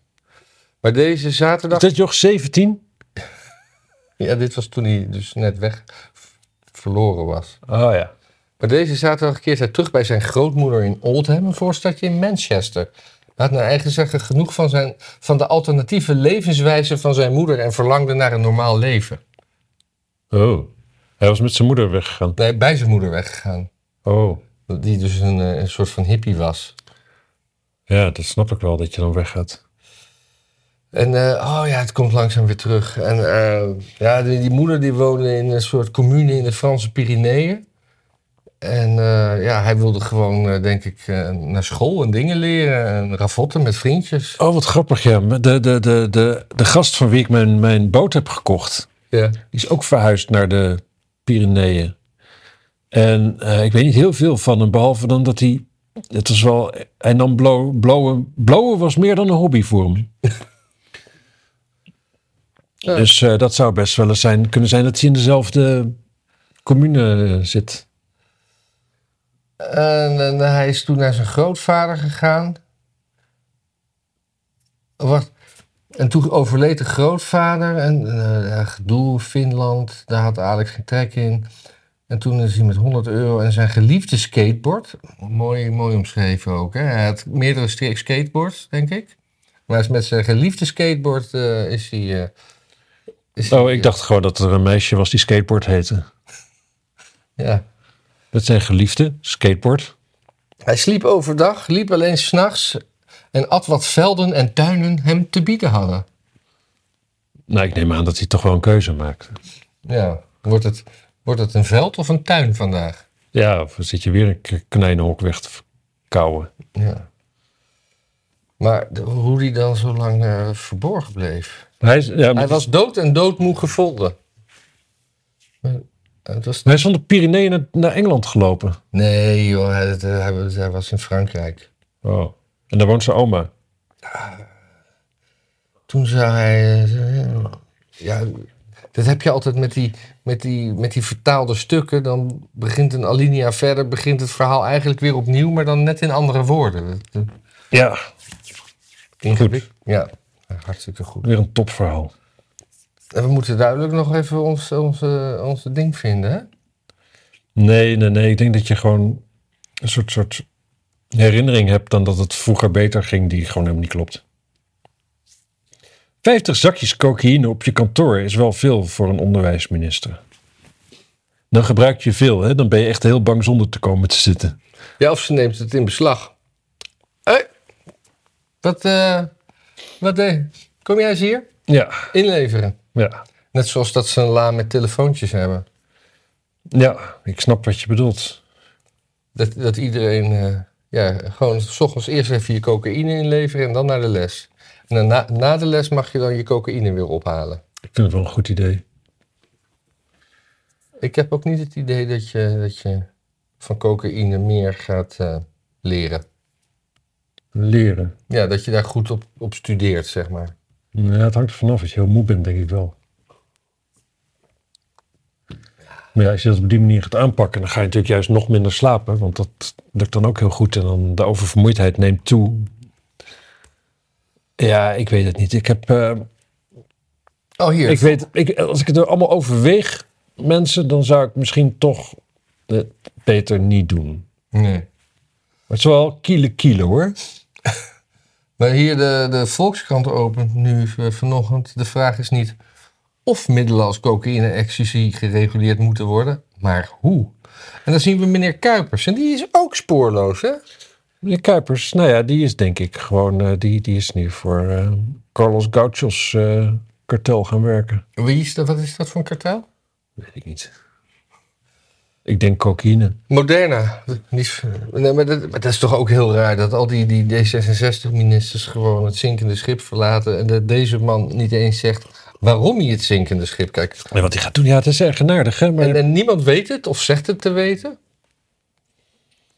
S1: Maar deze zaterdag.
S2: Is dit joch 17?
S1: Ja, dit was toen hij dus net weg verloren was.
S2: Oh ja.
S1: Maar deze zaterdag keert hij terug bij zijn grootmoeder in Oldham, een voorstadje in Manchester. Hij had naar eigen zeggen genoeg van, zijn, van de alternatieve levenswijze van zijn moeder en verlangde naar een normaal leven.
S2: Oh. Hij was met zijn moeder weggegaan.
S1: Nee, bij zijn moeder weggegaan.
S2: Oh.
S1: Die dus een, eh, een soort van hippie was.
S2: Ja, dat snap ik wel, dat je dan weggaat.
S1: En eh, oh ja, het komt langzaam weer terug. En eh, ja, die, die moeder die woonde in een soort commune in de Franse Pyreneeën. En eh, ja, hij wilde gewoon, eh, denk ik, eh, naar school en dingen leren. En ravotten met vriendjes.
S2: Oh, wat grappig, ja. De, de, de, de, de gast van wie ik mijn, mijn boot heb gekocht...
S1: Ja.
S2: Die is ook verhuisd naar de Pyreneeën. En eh, ik weet niet heel veel van hem, behalve dan dat hij. Het was wel. Hij nam blowen. Blowen, blowen was meer dan een hobby voor hem.
S1: Ja.
S2: Dus eh, dat zou best wel eens zijn, kunnen zijn dat hij in dezelfde commune eh, zit.
S1: En, en hij is toen naar zijn grootvader gegaan. Wacht. En toen overleed de grootvader. En eh, ja, gedoe, Finland, daar had Alex geen trek in. En toen is hij met 100 euro en zijn geliefde skateboard. Mooi, mooi omschreven ook. Hè? Hij had meerdere stra- skateboards, denk ik. Maar hij is met zijn geliefde skateboard eh, is hij. eh, is
S2: Oh,
S1: hij-
S2: ik dacht gewoon dat er een meisje was die skateboard heette.
S1: Ja.
S2: Dat zijn geliefde, skateboard.
S1: Hij sliep overdag, liep alleen s'nachts en at wat velden en tuinen hem te bieden hadden.
S2: Nou, ik neem aan dat hij toch wel een keuze maakte.
S1: Ja, wordt het, wordt het een veld of een tuin vandaag?
S2: Ja, of zit je weer een k- konijnenhok weg te kauwen?
S1: Ja. Maar de- hoe die dan zo lang eh, verborgen bleef.
S2: Hij, is- ja,
S1: Hij was dood en doodmoe gevonden. Eh, Het was...
S2: Hij is van de Pyreneeën naar, naar Engeland gelopen.
S1: Nee joh, hij, het, eh, hij was- hij was in Frankrijk.
S2: Oh. En daar woont zijn oma.
S1: Toen zei hij... eh, Ja, dat heb je altijd met die, met, die, met die vertaalde stukken. Dan begint een alinea verder, begint het verhaal eigenlijk weer opnieuw, maar dan net in andere woorden. Dat- dat-
S2: Ja.
S1: Ingewikkeld. Ja, hartstikke goed.
S2: Weer een topverhaal.
S1: En we moeten duidelijk nog even ons, onze, onze ding vinden. Hè?
S2: Nee, nee, nee. Ik denk dat je gewoon een soort, soort herinnering hebt dan dat het vroeger beter ging, die gewoon helemaal niet klopt. 50 zakjes cocaïne op je kantoor is wel veel voor een onderwijsminister. Dan gebruik je veel, hè? dan ben je echt heel bang zonder te komen te zitten.
S1: Ja, of ze neemt het in beslag. Hé, wat, eh, wat deed? Kom jij eens hier?
S2: Ja,
S1: Inleveren.
S2: ja.
S1: Net zoals dat ze een la met telefoontjes hebben.
S2: Ja, ik snap wat je bedoelt.
S1: Dat, dat iedereen eh, ja, gewoon s ochtends eerst even je cocaïne inleveren en dan naar de les. En dan na, na de les mag je dan je cocaïne weer ophalen.
S2: Ik vind het wel een goed idee.
S1: Ik heb ook niet het idee dat je, dat je van cocaïne meer gaat eh, leren.
S2: Leren.
S1: Ja, dat je daar goed op, op studeert, zeg maar.
S2: Ja, het hangt er vanaf. Als je heel moe bent, denk ik wel. Maar ja, als je dat op die manier gaat aanpakken, dan ga je natuurlijk juist nog minder slapen. Want dat lukt dan ook heel goed. En dan de oververmoeidheid neemt toe. Ja, ik weet het niet. Ik heb. eh,
S1: Oh, hier.
S2: Ik weet, ik, als ik het er allemaal overweeg, mensen, dan zou ik misschien toch het beter niet doen.
S1: Nee.
S2: Maar het is wel kiele kiele hoor.
S1: Maar hier de, de Volkskrant opent nu eh, vanochtend. De vraag is niet of middelen als cocaïne en ecstasy gereguleerd moeten worden, maar hoe. En dan zien we meneer Kuipers. En die is ook spoorloos, hè?
S2: Meneer Kuipers, nou ja, die is denk ik gewoon, eh, die, die is nu voor eh, Carlos Gauchos eh, kartel gaan werken.
S1: Wie is dat, wat is dat voor een kartel?
S2: Weet ik niet. Ik denk cocaïne.
S1: Moderna. Niet, nee, maar, dat, maar dat is toch ook heel raar dat al die, die D66-ministers gewoon het zinkende schip verlaten. En dat deze man niet eens zegt waarom hij het zinkende schip kijkt.
S2: Nee, wat hij gaat doen, ja, het is ergenaardig, hè? Maar
S1: En, en niemand weet het of zegt het te weten.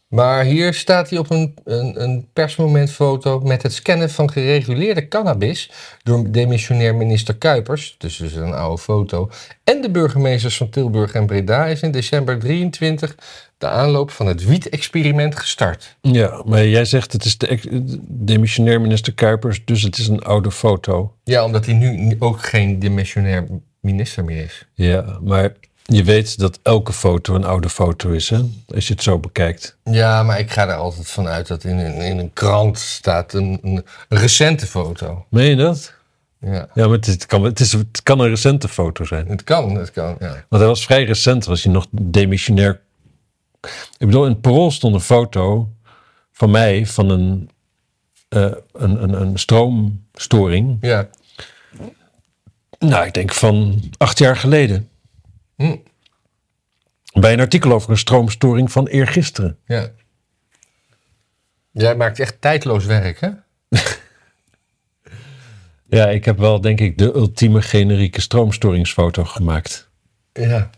S1: Maar hier staat hij op een, een, een persmomentfoto met het scannen van gereguleerde cannabis door demissionair minister Kuipers, dus dus een oude foto, en de burgemeesters van Tilburg en Breda is in december 23 de aanloop van het wiet-experiment gestart.
S2: Ja, maar jij zegt het is de ex- demissionair minister Kuipers, dus het is een oude foto.
S1: Ja, omdat hij nu ook geen demissionair minister meer is.
S2: Ja, maar je weet dat elke foto een oude foto is, hè? Als je het zo bekijkt.
S1: Ja, maar ik ga er altijd van uit dat in een, in een krant staat een, een recente foto.
S2: Meen je dat?
S1: Ja.
S2: Ja, maar het, is- het kan, het, is, het kan een recente foto zijn.
S1: Het kan, het kan. Ja.
S2: Want hij was vrij recent, was hij nog demissionair. Ik bedoel, in het parool stond een foto van mij van een, eh, een, een, een stroomstoring.
S1: ja.
S2: Nou, ik denk van acht jaar geleden.
S1: Hm.
S2: Bij een artikel over een stroomstoring van eergisteren.
S1: ja. Jij maakt echt tijdloos werk, hè?
S2: Ja, ik heb wel, denk ik, de ultieme generieke stroomstoringsfoto gemaakt.
S1: Ja.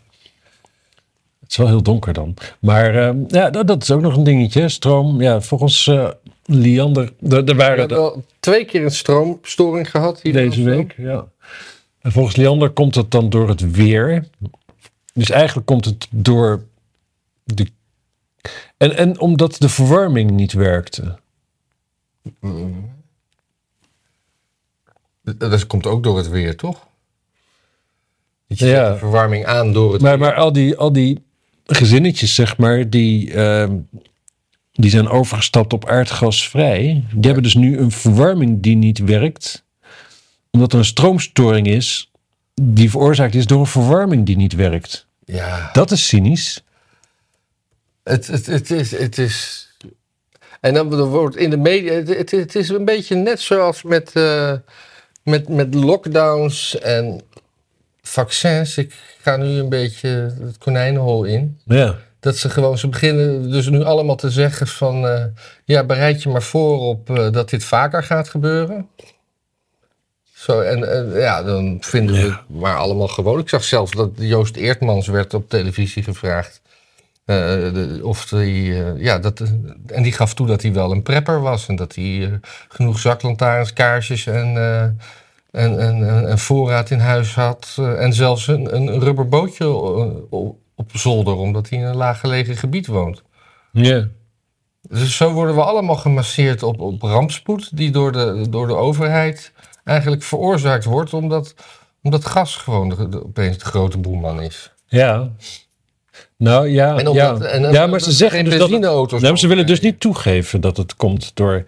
S2: Het is wel heel donker dan. Maar eh, ja, dat, dat is ook nog een dingetje. hè. Stroom, ja, volgens eh, Liander. Er er
S1: We
S2: waren
S1: hebben al twee keer een stroomstoring gehad hier
S2: deze
S1: in Amsterdam.
S2: week. Ja. En volgens Leander komt dat dan door het weer. Dus eigenlijk komt het door de. En, en omdat de verwarming niet werkte.
S1: Dat dat komt ook door het weer, toch? Dat je
S2: Ja.
S1: zet de verwarming aan door het
S2: Maar, maar al, die, al die gezinnetjes, zeg maar, die, ehm, die zijn overgestapt op aardgasvrij. Die hebben dus nu een verwarming die niet werkt. Omdat er een stroomstoring is die veroorzaakt is door een verwarming die niet werkt.
S1: Ja.
S2: Dat is cynisch.
S1: Het, het, het, is, het is. En dan wordt in de media. Het, het, het is een beetje net zoals met, eh, met, met lockdowns en vaccins. Ik ga nu een beetje het konijnenhol in.
S2: Ja.
S1: Dat ze gewoon, ze beginnen dus nu allemaal te zeggen van, eh, ja, bereid je maar voor op eh, dat dit vaker gaat gebeuren. Zo, en eh, ja, dan vinden we het maar allemaal gewoon. Ik zag zelfs dat Joost Eertmans werd op televisie gevraagd. eh, de- of die, eh, ja, dat, eh, en die gaf toe dat hij wel een prepper was. En dat hij eh, genoeg zaklantaarns, kaarsjes en, eh, en, en, en, en voorraad in huis had. eh, en zelfs een, een rubberbootje eh, op, op zolder, omdat hij in een laaggelegen gebied woont.
S2: Ja.
S1: Dus zo worden we allemaal gemasseerd op, op rampspoed, die door de, door de overheid eigenlijk veroorzaakt wordt, omdat, omdat gas gewoon de, de- opeens de grote boeman is.
S2: Ja. Nou ja,
S1: En omdat-
S2: ja.
S1: en omdat
S2: ja maar ze
S1: er
S2: zeggen
S1: geen
S2: dus dat. het-
S1: benzineauto's
S2: Nee, maar ze willen dus
S1: rondrijden.
S2: niet toegeven dat het komt door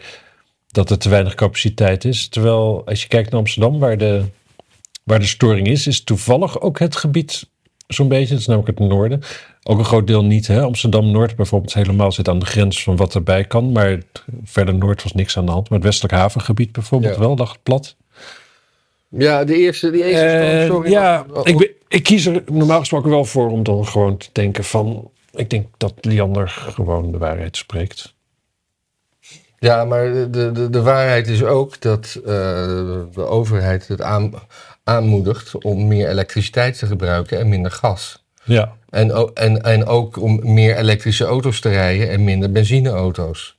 S2: dat er te weinig capaciteit is. Terwijl als je kijkt naar Amsterdam, waar de, waar de storing is, is toevallig ook het gebied zo'n beetje. Dat is namelijk het noorden. Ook een groot deel niet. Hè? Amsterdam Noord bijvoorbeeld helemaal zit aan de grens van wat erbij kan. Maar verder Noord was niks aan de hand. Maar het westelijk havengebied bijvoorbeeld
S1: Ja.
S2: wel lag plat.
S1: Ja, de eerste, die eerste
S2: Eh,
S1: sorry.
S2: ja, ik, ben- ik kies er normaal gesproken wel voor om dan gewoon te denken van... Ik denk dat Liander gewoon de waarheid spreekt.
S1: Ja, maar de, de, de waarheid is ook dat eh, de overheid het aan, aanmoedigt om meer elektriciteit te gebruiken en minder gas.
S2: Ja.
S1: En, o- en, en ook om meer elektrische auto's te rijden en minder benzineauto's.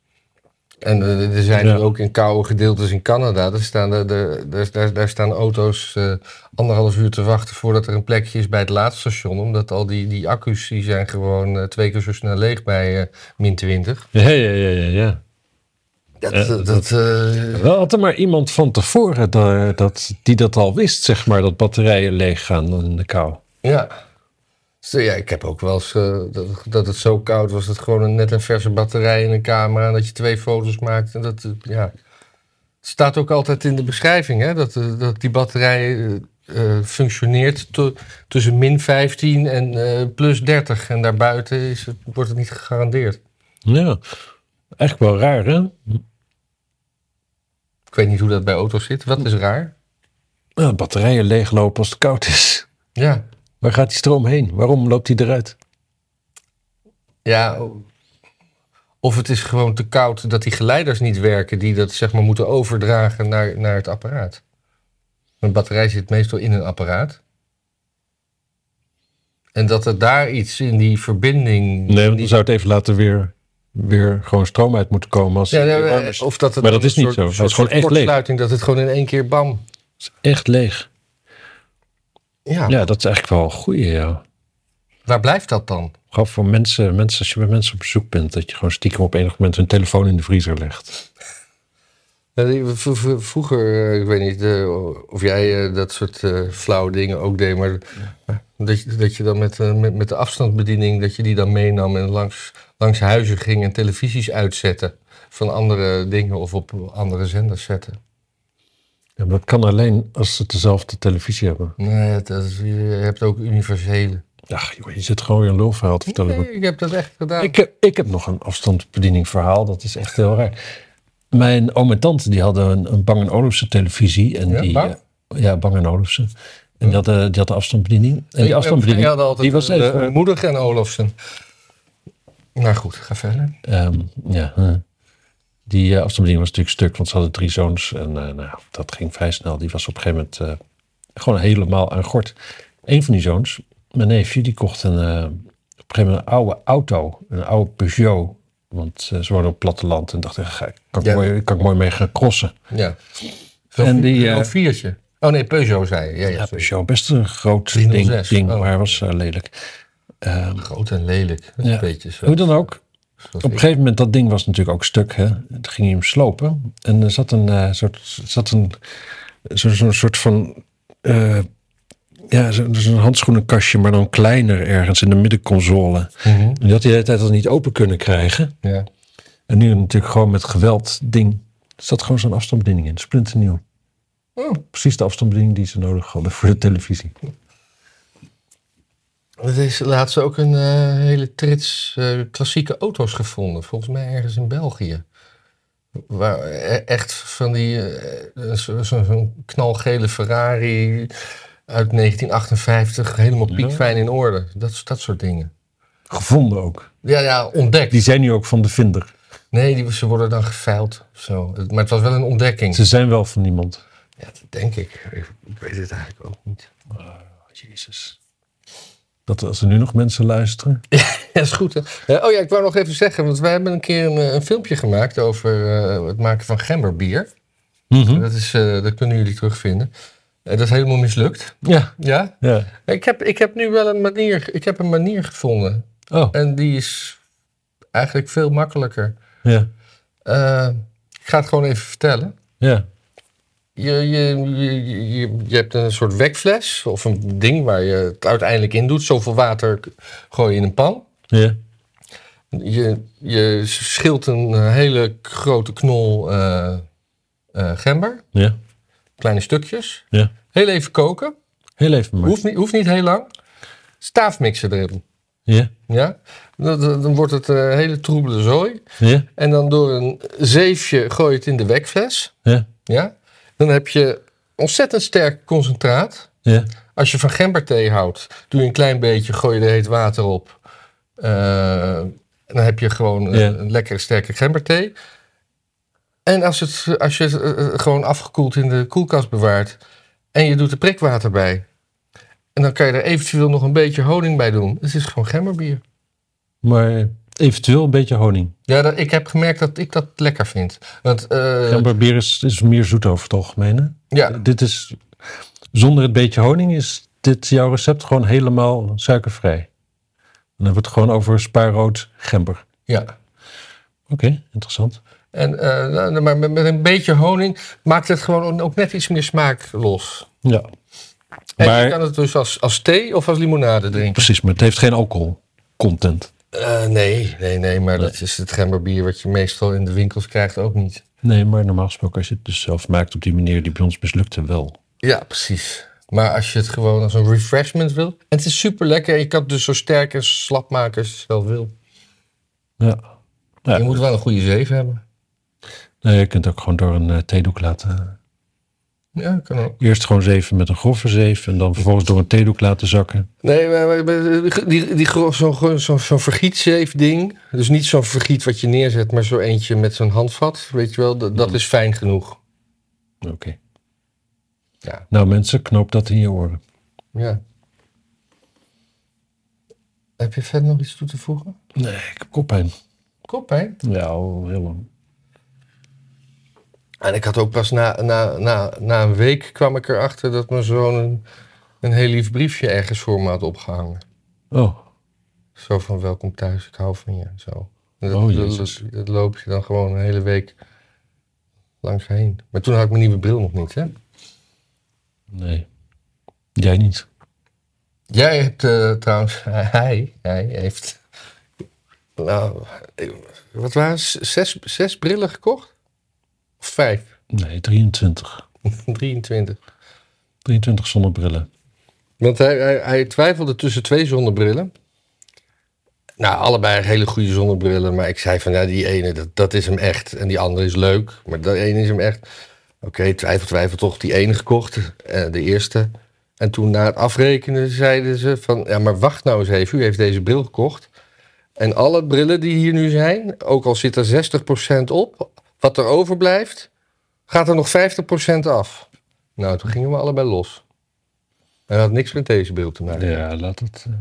S1: En eh, er zijn
S2: Ja.
S1: nu ook in koude gedeeltes in Canada, daar staan, de, de, daar, daar, daar staan auto's eh, anderhalf uur te wachten voordat er een plekje is bij het laadstation. Omdat al die, die accu's die zijn gewoon eh, twee keer zo snel leeg bij eh, min 20.
S2: Ja, ja, ja, ja. ja.
S1: dat, dat, eh,
S2: Wel had er maar iemand van tevoren daar, dat, die dat al wist, zeg maar, dat batterijen leeg gaan in de kou.
S1: ja. Zo, ja, ik heb ook wel eens eh, dat, dat het zo koud was dat gewoon een, net een verse batterij in een camera en dat je twee foto's maakt. En dat, eh, ja. Het staat ook altijd in de beschrijving hè, dat, eh, dat die batterij eh, eh, functioneert to- tussen min 15 en eh, plus 30. En daarbuiten is, het- wordt het niet gegarandeerd.
S2: Ja, echt wel raar, hè?
S1: Ik weet niet hoe dat bij auto's zit. Wat is raar?
S2: Nou, batterijen leeglopen als het koud is.
S1: Ja.
S2: Waar gaat die stroom heen? Waarom loopt die eruit?
S1: Ja, of het is gewoon te koud dat die geleiders niet werken, die dat zeg maar moeten overdragen naar, naar het apparaat. Een batterij zit meestal in een apparaat. En dat er daar iets in die verbinding.
S2: Nee, want
S1: die-
S2: dan zou het even later weer, weer gewoon stroom uit moeten komen. Als
S1: ja,
S2: het
S1: nee,
S2: weer warm
S1: eh,
S2: is.
S1: of dat het
S2: Maar dat
S1: een
S2: is niet
S1: soort-
S2: zo. Hij is
S1: soort
S2: gewoon echt leeg.
S1: kortsluiting, dat het gewoon in één keer bam.
S2: Echt leeg.
S1: Ja.
S2: Ja, dat is eigenlijk wel een goeie, ja.
S1: Waar blijft dat dan?
S2: Gewoon voor mensen, mensen, als je bij mensen op bezoek bent, dat je gewoon stiekem op enig moment hun telefoon in de vriezer legt.
S1: Ja, Nou, die- v- v- Vroeger, eh, ik weet niet eh, of jij eh, dat soort eh, flauwe dingen ook deed, maar dat je, dat je dan met, eh, met, met de afstandsbediening, dat je die dan meenam en langs, langs huizen ging en televisies uitzette van andere dingen of op andere zenders zette.
S2: Ja, maar dat kan alleen als ze dezelfde televisie hebben.
S1: Nee, het- dat is- je hebt ook universele.
S2: Ach, joh, je zit gewoon weer een lulverhaal te vertellen.
S1: Nee, ik heb dat echt gedaan.
S2: Ik, heb, ik heb nog een afstandsbediening verhaal. Dat is echt heel raar. Mijn oom en tante die hadden een, een Bang Olufsen televisie. En
S1: Ja,
S2: die,
S1: Bang?
S2: eh, ja, Bang Olufsen. En die had, de- die had de afstandsbediening. En die
S1: Wij
S2: afstandsbediening
S1: hadden altijd
S2: die was
S1: eh,
S2: even...
S1: Moedig en Olofsen. Nou goed, ga verder.
S2: ehm, ja, huh. Die eh, afstandsbediening was natuurlijk stuk, want ze hadden drie zoons. En eh, nou, dat ging vrij snel. Die was op een gegeven moment eh, gewoon helemaal aan gort. Een van die zoons, mijn neefje, die kocht een, eh, op een gegeven moment een oude auto. Een oude Peugeot. Want eh, ze woonden op het platteland en dachten, ga, kan, ik
S1: Ja.
S2: mooi, kan ik mooi mee gaan crossen.
S1: Ja.
S2: En die, eh,
S1: Zo'n viertje. Oh nee, Peugeot zei je. Ja, ja,
S2: Ja,
S1: sorry.
S2: Peugeot, best een groot
S1: 306.
S2: ding, ding
S1: Oh.
S2: maar hij was eh, lelijk.
S1: Groot en lelijk. Dat is
S2: Ja.
S1: Een beetje zo.
S2: Hoe dan ook,
S1: zoals
S2: Op een
S1: ik.
S2: gegeven moment, dat ding was natuurlijk ook stuk. Hè? Toen ging hij hem slopen. En er zat een eh, soort, zat een, zo, zo'n soort van, eh, ja, zo- zo'n handschoenenkastje, maar dan kleiner ergens in de middenconsole.
S1: Mhm.
S2: En die had hij de hele tijd al niet open kunnen krijgen.
S1: Ja.
S2: En nu natuurlijk gewoon met geweld ding. Er zat gewoon zo'n afstandsbediening in, splinternieuw.
S1: Oh.
S2: Precies de afstandsbediening die ze nodig hadden voor de televisie.
S1: Er is laatst ook een eh, hele trits eh, klassieke auto's gevonden. Volgens mij ergens in België. Waar e- echt van die eh, eh, zo- zo- zo'n knalgele Ferrari uit 1958 helemaal piekfijn in orde. Dat, dat soort dingen.
S2: Gevonden ook.
S1: Ja, ja, ontdekt.
S2: Die zijn nu ook van de vinder.
S1: Nee, die, ze worden dan geveild of zo. Het- Maar het was wel een ontdekking.
S2: Ze zijn wel van niemand.
S1: Ja, dat denk ik. Ik ik weet het eigenlijk ook niet.
S2: Jezus. Dat als er nu nog mensen luisteren.
S1: Ja, is goed. Hè? Eh, oh ja, ik wou nog even zeggen, want wij hebben een keer een, eh, een filmpje gemaakt over eh, het maken van gemberbier.
S2: Hm?
S1: Dat, is, eh, dat kunnen jullie terugvinden. Eh, dat is helemaal mislukt.
S2: Ja.
S1: Ja?
S2: ja.
S1: Ik heb, ik heb nu wel een manier, ik heb een manier gevonden.
S2: Oh,
S1: En die is eigenlijk veel makkelijker.
S2: ja.
S1: Eh, ik ga het gewoon even vertellen.
S2: Ja.
S1: Je, je, je, je, je hebt een soort wekfles of een ding waar je het uiteindelijk in doet. Zoveel water k- gooi je in een pan.
S2: Ja.
S1: Je, je schilt een eh, hele grote knol eh, eh, gember,
S2: Ja.
S1: kleine stukjes.
S2: Ja.
S1: Heel even koken,
S2: Heel even maar.
S1: hoeft niet, hoeft niet heel lang. Staafmixen erin,
S2: Ja.
S1: ja. Dan, dan dan wordt het een hele troebele zooi.
S2: Ja.
S1: En dan door een zeefje gooi je het in de wekfles,
S2: Ja.
S1: ja. Dan heb je ontzettend sterk concentraat.
S2: Ja.
S1: Als je van gemberthee houdt, doe je een klein beetje, gooi je er heet water op. Eh, en dan heb je gewoon een,
S2: Ja.
S1: een lekkere sterke gemberthee. En als, het, als je het eh, gewoon afgekoeld in de koelkast bewaart en je doet er prikwater bij. En dan kan je er eventueel nog een beetje honing bij doen. Het is gewoon gemberbier.
S2: Maar eventueel een beetje honing.
S1: Ja, dat, ik heb gemerkt dat ik dat lekker vind. Want, eh,
S2: Gemberbier is, is meer zoet over het algemeen. hè?
S1: ja,
S2: Dit is, zonder het beetje honing is dit jouw recept gewoon helemaal suikervrij. Dan hebben we het gewoon over spaarrood gember.
S1: ja.
S2: Oké, interessant.
S1: En, eh, maar met, met een beetje honing maakt het gewoon ook net iets meer smaak los.
S2: Ja,
S1: En je
S2: Maar-
S1: kan het dus als, als thee of als limonade drinken.
S2: precies. Maar het heeft geen alcoholcontent.
S1: Eh, nee, nee, nee, maar dat is het gemberbier wat je meestal in de winkels krijgt ook niet.
S2: Nee, maar normaal gesproken als je het dus zelf maakt op die manier die bij ons mislukte wel.
S1: Ja, precies. Maar als je het gewoon als een refreshment wil. En het is super lekker. Je kan het dus zo sterk en slap maken als je het zelf wil.
S2: Ja. Ja.
S1: Je moet wel een goede zeef hebben.
S2: Nee, je kunt het ook gewoon door een eh, theedoek laten. eh,
S1: Ja, kan ook.
S2: Eerst gewoon zeven met een grove zeef en dan vervolgens door een theedoek laten zakken.
S1: Nee, maar- maar- maar die, die, gro- zo'n zo, zo, zo'n vergietzeef ding. Dus niet zo'n vergiet wat je neerzet, maar zo eentje met zo'n handvat. Weet je wel, dat, dat is fijn genoeg.
S2: Oké.
S1: Ja.
S2: Nou mensen, knoop dat in je oren.
S1: ja. Heb je verder nog iets toe te voegen?
S2: Nee, ik heb koppijn.
S1: Koppijn.
S2: Ja, al heel lang.
S1: En ik had ook pas na, na, na, na een week kwam ik erachter dat mijn zoon een, een heel lief briefje ergens voor me had opgehangen.
S2: Oh,
S1: Zo van welkom thuis, ik hou van je en zo. En dat, dat-
S2: Oh, Jezus.
S1: dat- dat loop je dan gewoon een hele week langs heen. Maar toen had ik mijn nieuwe bril nog niet, hè?
S2: nee. Jij niet.
S1: Jij hebt eh, trouwens, hij, hij heeft, nou, wat waren het? zes, zes brillen gekocht? Of vijf?
S2: Nee, 23.
S1: 23.
S2: 23 zonnebrillen.
S1: Want hij, hij, hij twijfelde tussen twee zonnebrillen. Nou, allebei hele goede zonnebrillen. Maar ik zei van, ja, die ene, dat, dat is hem echt. En die andere is leuk, maar dat ene is hem echt. Oké, twijfel, twijfel, toch die ene gekocht. eh, de eerste. En toen na het afrekenen zeiden ze van... Ja, maar wacht nou eens even, u heeft deze bril gekocht. En alle brillen die hier nu zijn, ook al zit er 60% op... wat er overblijft, gaat er nog 50% af. Nou, toen gingen we allebei los. En dat had niks met deze bril te maken.
S2: Ja, laat het. eh.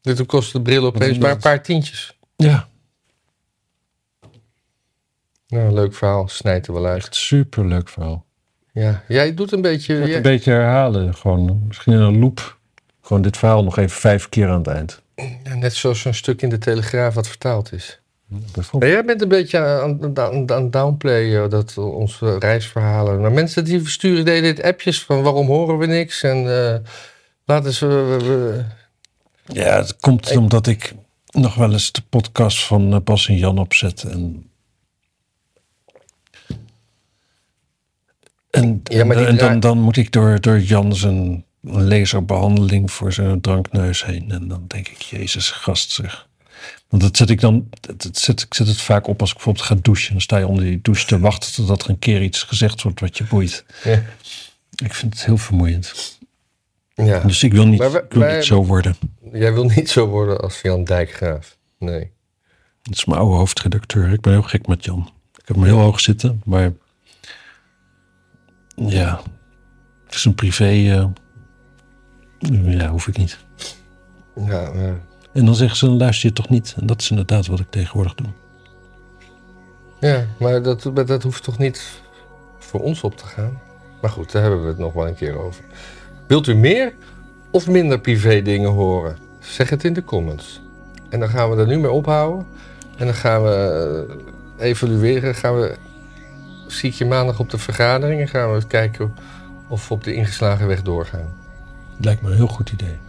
S1: Dus toen kostte de bril opeens
S2: omdat
S1: maar een
S2: het-
S1: paar tientjes.
S2: Ja,
S1: Nou, leuk verhaal, snijdt er wel uit.
S2: echt superleuk verhaal.
S1: Ja, jij doet een beetje...
S2: Ik moet
S1: jij-
S2: het een beetje herhalen. Gewoon misschien in een loop. Gewoon dit verhaal nog even vijf keer aan het eind.
S1: Ja, Net zoals zo'n stuk in de Telegraaf wat vertaald is.
S2: Bijvoorbeeld.
S1: Maar jij bent een beetje aan het aan, aan downplayen, eh, dat onze reisverhalen. Maar mensen die versturen deden dit appjes van waarom horen we niks en eh, laten ze... we- we-
S2: Ja, het komt omdat ik nog wel eens de podcast van eh, Bas en Jan opzet. En, en,
S1: Ja, maar die
S2: en
S1: draai-
S2: dan, dan moet ik door, door Jan zijn laserbehandeling voor zijn drankneus heen. En dan denk ik, jezus, gast zeg. Want dat zet ik dan, dat, dat zet, ik zet het vaak op als ik bijvoorbeeld ga douchen. Dan sta je onder die douche te wachten totdat er een keer iets gezegd wordt wat je boeit.
S1: Ja.
S2: Ik vind het heel vermoeiend.
S1: ja,
S2: Dus ik wil niet,
S1: Maar we-
S2: ik wil
S1: wij-
S2: niet zo worden.
S1: jij wil niet zo worden als Jan Dijkgraaf. Nee.
S2: Dat is mijn oude hoofdredacteur. Ik ben heel gek met Jan. Ik heb hem heel hoog zitten, maar ja, het is een privé. eh, Ja, hoef ik niet.
S1: Ja, maar-
S2: En dan zeggen ze, dan luister je toch niet. En dat is inderdaad wat ik tegenwoordig doe.
S1: ja maar dat, maar dat hoeft toch niet voor ons op te gaan? Maar goed, daar hebben we het nog wel een keer over. Wilt u meer of minder privé dingen horen? Zeg het in de comments. En dan gaan we er nu mee ophouden. En dan gaan we eh, evalueren. Gaan we, zie ik je maandag op de vergadering en gaan we eens kijken of we op de ingeslagen weg doorgaan.
S2: Lijkt me een heel goed idee.